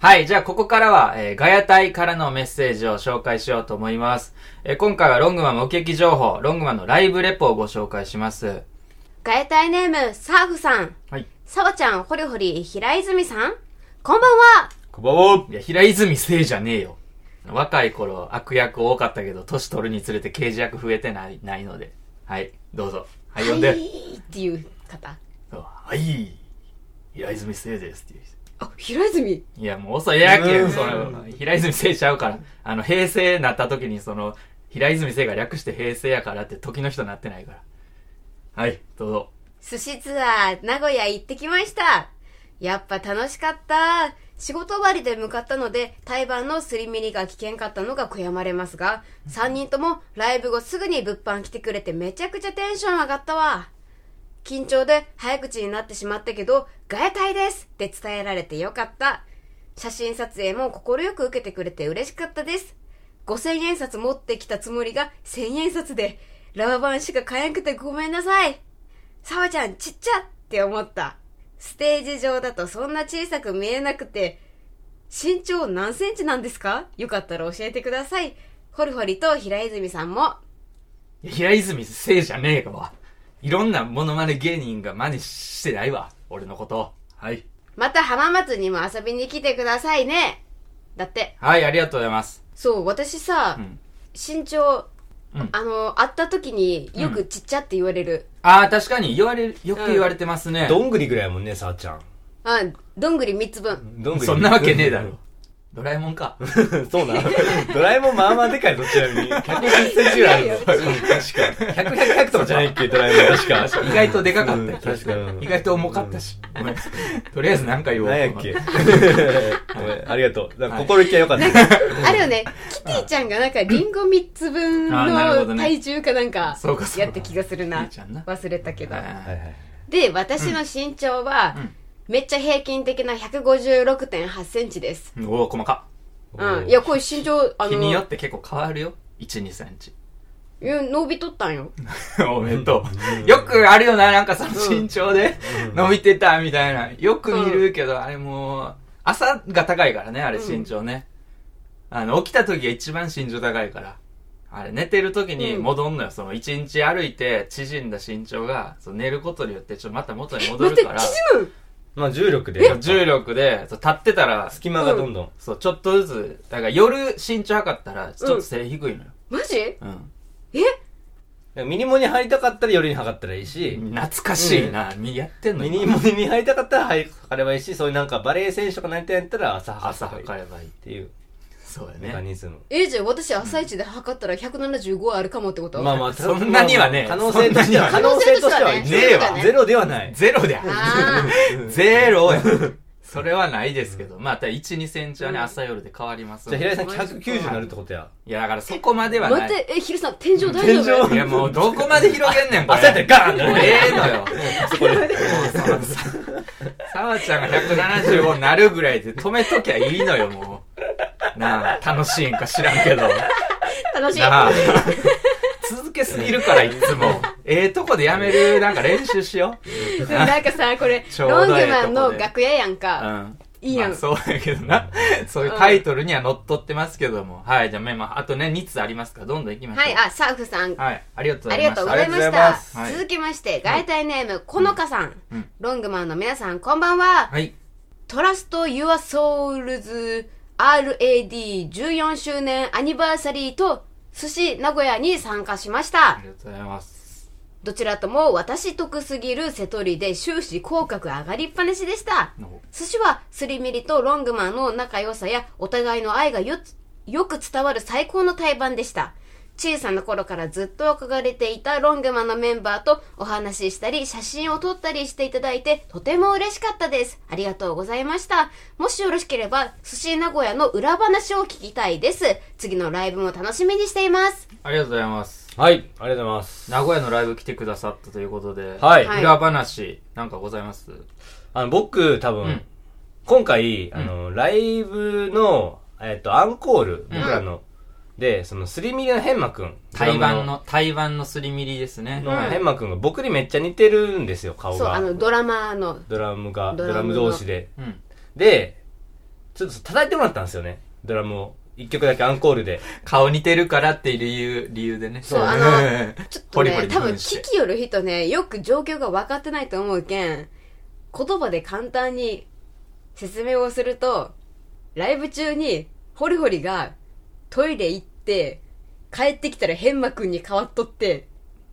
はい、じゃあここからは、えーガヤ隊からのメッセージを紹介しようと思います。えー今回はロングマン目撃情報、ロングマンのライブレポをご紹介します。ガエタイネーム、サーフさん。はい。サワちゃん、ホリホリ、平泉さん。こんばんは。こんばんはいや、平泉聖じゃねえよ。若い頃悪役多かったけど、年取るにつれて刑事役増えてない、ないので。はい、どうぞ。はい、呼んで。は。いっていう方。そうはい、平泉聖ですっていう人。あ、平泉。いや、もう遅いやけうんん、その、平泉聖ちゃうから。あの、平成なった時に、その、平泉聖が略して平成やからって時の人なってないから。はい、どうぞ。寿司ツアー、名古屋行ってきました。やっぱ楽しかった。仕事終わりで向かったので、台湾のすり身りが危険かったのが悔やまれますが、3人ともライブ後すぐに物販来てくれてめちゃくちゃテンション上がったわ。緊張で早口になってしまったけど、ガヤ隊ですって伝えられてよかった。写真撮影も快く受けてくれて嬉しかったです。5000円札持ってきたつもりが1000円札で、ラバ版しか買えなくてごめんなさい。サワちゃんちっちゃって思った。ステージ上だとそんな小さく見えなくて、身長何センチなんですかよかったら教えてください。ホルホリと平泉さんも。いや平泉聖じゃねえわ。いろんなモノマネ芸人が真似してないわ。俺のこと。はい。また浜松にも遊びに来てくださいね。だって、はい、ありがとうございます。そう、私さ、うん身長、うんあの、会った時によくちっちゃって言われる。あー、確かに言われる、よく言われてますね。どんぐりぐらいやもんね、さあちゃん。あ、どんぐり3つ分。どんぐり。そんなわけねえだろ。。ドラえもんか。 そうなの。ドラえもんまあまあでかいぞ、ちなみに。180センチぐらいあるの。確か。 100、100、100とかじじゃゃなないいっけ、ドラえもん。確か。意外とでかかっうんた。確かに意外と重かったし。ごめん。とりあえず何か言おう。何やっけ。ごめんありがとう。なんか心意気は良かった。 あれよね、キティちゃんがなんかリンゴ3つ分あなるほどのね体重かなんかそうかそうかやった気がするな。キティちゃんな忘れたけど。はいはい。で、私の身長は、うんめっちゃ平均的な156.8センチです。うんおお、細か。うん。いや、こういう身長、あ日によのっ、て結構変わるよ。1、2、3日。 うん伸びとったんよ。おめでとう。よくあるよな、なんかその身長で伸びてたみたいな。よく見るけど、あれもう、朝が高いからね、あれ身長ね。あの、起きた時が一番身長高いから。あれ、寝てる時に戻んのよ。その、一日歩いて縮んだ身長が、その寝ることによって、ちょっとまた元に戻待っるかて、縮ら、むまあ重力で。そう重力で、そう立ってたら、隙間がどんどん。そう、ちょっとずつ、だから夜身長測ったら、ちょっと背低いのよ。マジうん。えミニモに入りたかったら夜に測ったらいいし、懐かしいな。みやってんのミ今ニモに入りたかったら測ればいいし、そういうなんかバレエ選手とかなりたいんやったら朝測朝ればい測い。っればいい。ていうそうメやカね。ニズム。え、じゃあ私朝一で測ったら175あるかもってことまあ まあ、そんなにはね可能性としては、そ可んなには能性として可能性とはしてはねねえわそうだゼロではない。ゼロであゼロや。それはないですけど、まあ、ただ1、2センチはね、うん朝夜で変わりますじゃあの平で。井さん190になるってことや。いや、だからそこまではー待なっい。て、え、ヒルさん、天井大丈天夫井いや、もうどこまで広げんねん、これ。焦ってガーンってもうええの よ。そこで。もうそのさわちゃんが175になるぐらいで止めときゃいいのよ、もう。なあ、楽しいんか知らんけど。楽しい。なあ。続けすぎるから、いつも。ええとこでやめる、なんか練習しよう。でもなんかさ、これ、 ちょうロンどええグとこでマンの楽屋やんうか。ん。いいやんまあそうやけどな。そういうタイトルには乗っ取ってますけども。はい、じゃあ、まあ、あとね、2つありますから、どんどん行きましょう。はい、あ、サーフさん、はい、ありがとうござありいがまとした。うございましありがとうございたますはい続きまして外体ネームこのかさん、うんロングマンの皆さんこんばんは、はい。トラスト・ユア・ソウルズ RAD14 周年アニバーサリーと寿司名古屋に参加しましあたりがとうございます。どちらとも私得すぎる瀬戸りで終始口角上がりっぱなしでしたの寿司はスリミリとロングマンの仲良さやお互いの愛がよよく伝わる最高の対バンでした小さな頃からずっと憧れていたロングマンのメンバーとお話ししたり写真を撮ったりしていただいてとても嬉しかったですありがとうございましたもしよろしければ寿司名古屋の裏話を聞きたいです次のライブも楽しみにしていますありがとうございます。 はい、ありがとうございます。名古屋のライブ来てくださったということで、はいはい裏話、なんかございますあの、僕、多うん分、今回、あの、ライブの、えっと、アンコール、僕らの、で、その、スリミリのヘンマくん。台湾ドの、台湾のすりミリですね。ラムはのいヘンマくんが僕にめっちゃ似てるんですよ、顔そうあが。のドラマーのドラムが、ドドララムのム同士で。うん。で、ちょっと叩いてもらったんですよね。ドラムを。一曲だけアンコールで。顔似てるからっていう理由、理由でね。そう、あの、ちょっとホリホリね、多分分して聞きよる人ね、よく状況が分かってないと思うけん、言葉で簡単に説明をすると、ライブ中に、ホリホリがトイレ行って、帰ってきたらヘンマくんに変わっとって、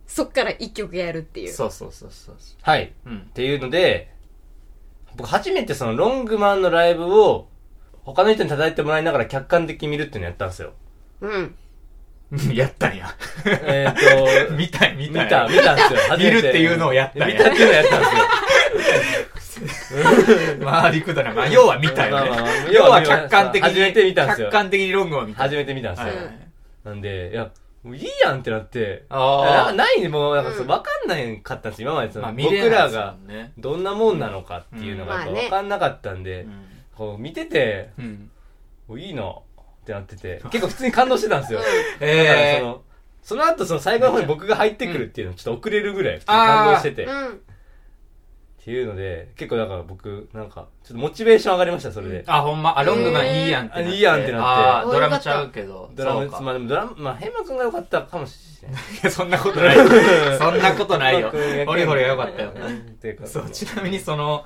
そっから一曲やるっていう。そうそうそうそうそはい。う。うんっ。ていうので、僕初めてそのロングマンのライブを他の人に叩いてもらいながら客観的に見るっていうのやったんで すよ。うん。やったんや。 えーと、見たい、見見たい。た、見たんですよ。初め見るっていうのをやったんや見たっていうのをやったんですよ。まあ、陸だな。まあ、要は見たよねまあまあまあ。要は客観的に。初めて見たんですよ客観的にロングを見た。初めて見たんですはよ。いはいなんで、いや、もういいやんってなって、あーなないね、もうなんかそうう、んわかんないかったんですよ、今までその、まあ、見僕れないらですがもんね。どんなもんなのかっていうのがやっぱうんまあねわかんなかったんで、こう見てて、うんうん。もういいなってなってて、結構普通に感動してたんです よ。だからえそーの、その後その最後の方に僕が入ってくるっていうのちょっと遅れるぐらい普通に感動してて。うっん。ていうので、結構だから僕、なんか、ちょっとモチベーション上がりました、それで。あ、ほんま、あ、ロングマンえーいいやんってなって。あいいやんってなってあーおドよかラったムちゃうけど。ドラム、そうかまあでもドラム、まあ、ヘンマ君が良かったかもしれない。いや、そんなことない。 そんなことないよ。ホリホリが良かったよ。っていうか、そう、ちなみにその、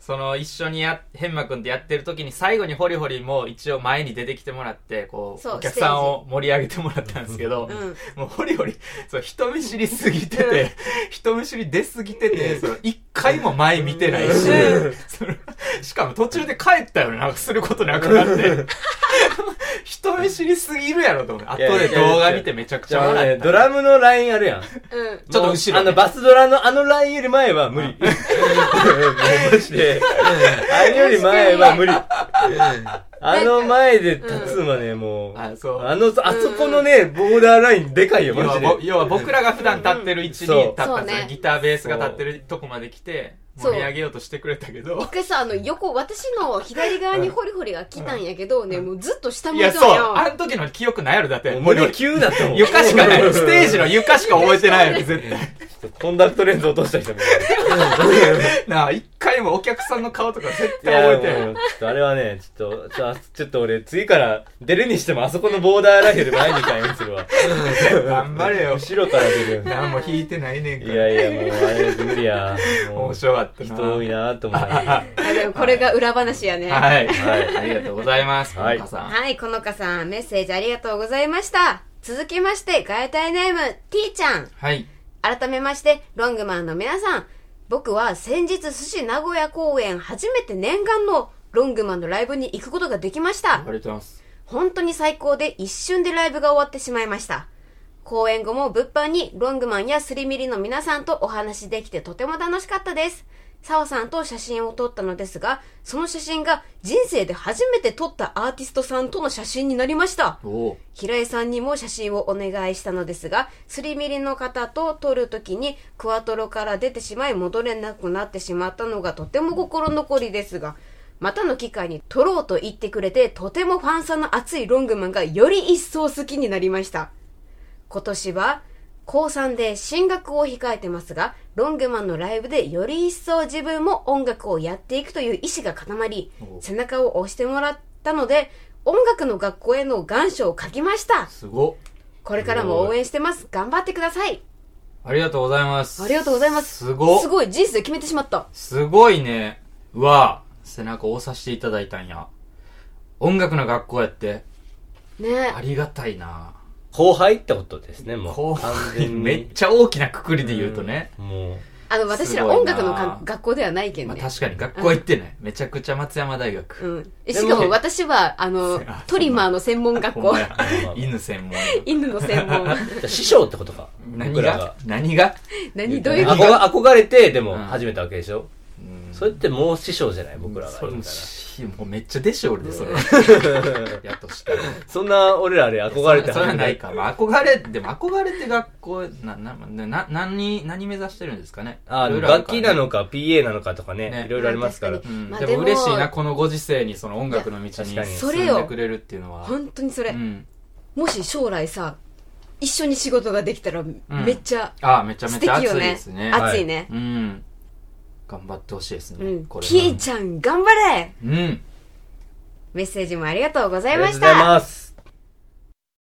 その一緒にや、ヘンマ君とやってる時に最後にホリホリも一応前に出てきてもらって、こう、そうお客さんを盛り上げてもらったんですけど、うん。もうホリホリ、そう、人見知りすぎてて、人見知り出すぎてて、その一回も前見てないしうん、そのしかも途中で帰ったよね、なんかすることなくなって。人見知りすぎるやろと思って。後いやいでや動画見てめちゃくちじゃゃあ笑ね、った。ドラムのラインあるやん。ちうん。ちょっと後ろあの、バスドラのあのラインより前は 無理。マジで。あれより前は無理。あの前で立つのはね、もう。あそうあの、あそこのね、ボーダーラインでかいよ、要マはジぼで。要は僕らが普段立ってる位置に立ったんですそうよ。ねギターベースが立ってるとこまで来て、そう盛り上げようとしてくれたけ ど一。回さ、あの、横、私の左側にホリホリが来たんやけど、ね、もうずっと下向いいや、とんそう。よあ。の時の記憶ないやろ、だって。もう俺急だったもん。床しかない。 ステージの床しか覚えてないよね、絶対。コンダクトレンズ落とした人もいる。 なあ、一回もお客さんの顔とか絶いや対覚えてもうちょっとあれはね、ちょっと、ちょちょっと俺、次から出るにしてもあそこのボーダーラインより前に回にするわ。ない。 頑張れよ。後ろから出るよ。何も弾いてないねんいから。やいや、もうあれ無理や。もう面白かったな。人多いなと思 って。はあでもこれが裏話やね。はい。はいありがとうございます。はい文化さん。はい、このかさん、メッセージありがとうございました。続きまして、外体ネーム、T ちゃん。はい。改めまして、ロングマンの皆さん。僕は先日、寿司名古屋公演、初めて念願のロングマンのライブに行くことができましあり。たがとうございます。本当に最高で一瞬でライブが終わってしまいました。公演後も物販にロングマンやスリミリの皆さんとお話できてとても楽しかったです。サオさんと写真を撮ったのですが、その写真が人生で初めて撮ったアーティストさんとの写真になりました。おお。平井さんにも写真をお願いしたのですが、すりミリの方と撮るときにクワトロから出てしまい戻れなくなってしまったのがとても心残りですが、またの機会に撮ろうと言ってくれて、とてもファンさんの熱いロングマンがより一層好きになりました。今年は高3で進学を控えてますが、ロングマンのライブでより一層自分も音楽をやっていくという意志が固まりお、背中を押してもらったので、音楽の学校への願書を書きました。すごっ。これからも応援してます。頑張ってください。ありがとうございます。ありがとうございます。すごっすごい、人生決めてしまった。すごいね。うわ背中を押させていただいたんや。音楽の学校やって、ねありがたいな。後輩ってことですね、もう。後輩、 めっちちゃ大きなくくりで言うとね。ゃ。もう。あの、私すらごいな音楽のか学校ではないけどまあね。確かに学校行ってない。めちゃくちゃ松山大学。うん。えしかも私は、あのせや、トリマーの専門学ほ校んま。や 犬専門。犬の専 門。じゃあ師匠ってことか。何僕らが何が何、どういう憧ことれ憧れて、でもうん始めたわけでしょうんそれってもう師匠じゃない僕らがそれ言もうたら。しもうめっちゃ弟子俺でそれ やとしたらそんな俺らあれ憧れてそれはないか、まあ、憧れでも憧れて学校なななな何何目指してるんですかねあいろいろる楽から器ねなのか PA なのかとかねねいろいろありますから確うんまあでもでも嬉しいなこのご時世にその音楽の道にいや確かに進んでくれるっていうのは本当にそれう。ん、もし将来さ、一緒に仕事ができたら、めっちゃああめちゃめ素ちゃ熱敵いよでねすね。はい熱いね。うん頑張ってほしいですね、うん。これは T ちゃん、頑張れうんメッセージもありがとうござあいりがまとうしございた。ます。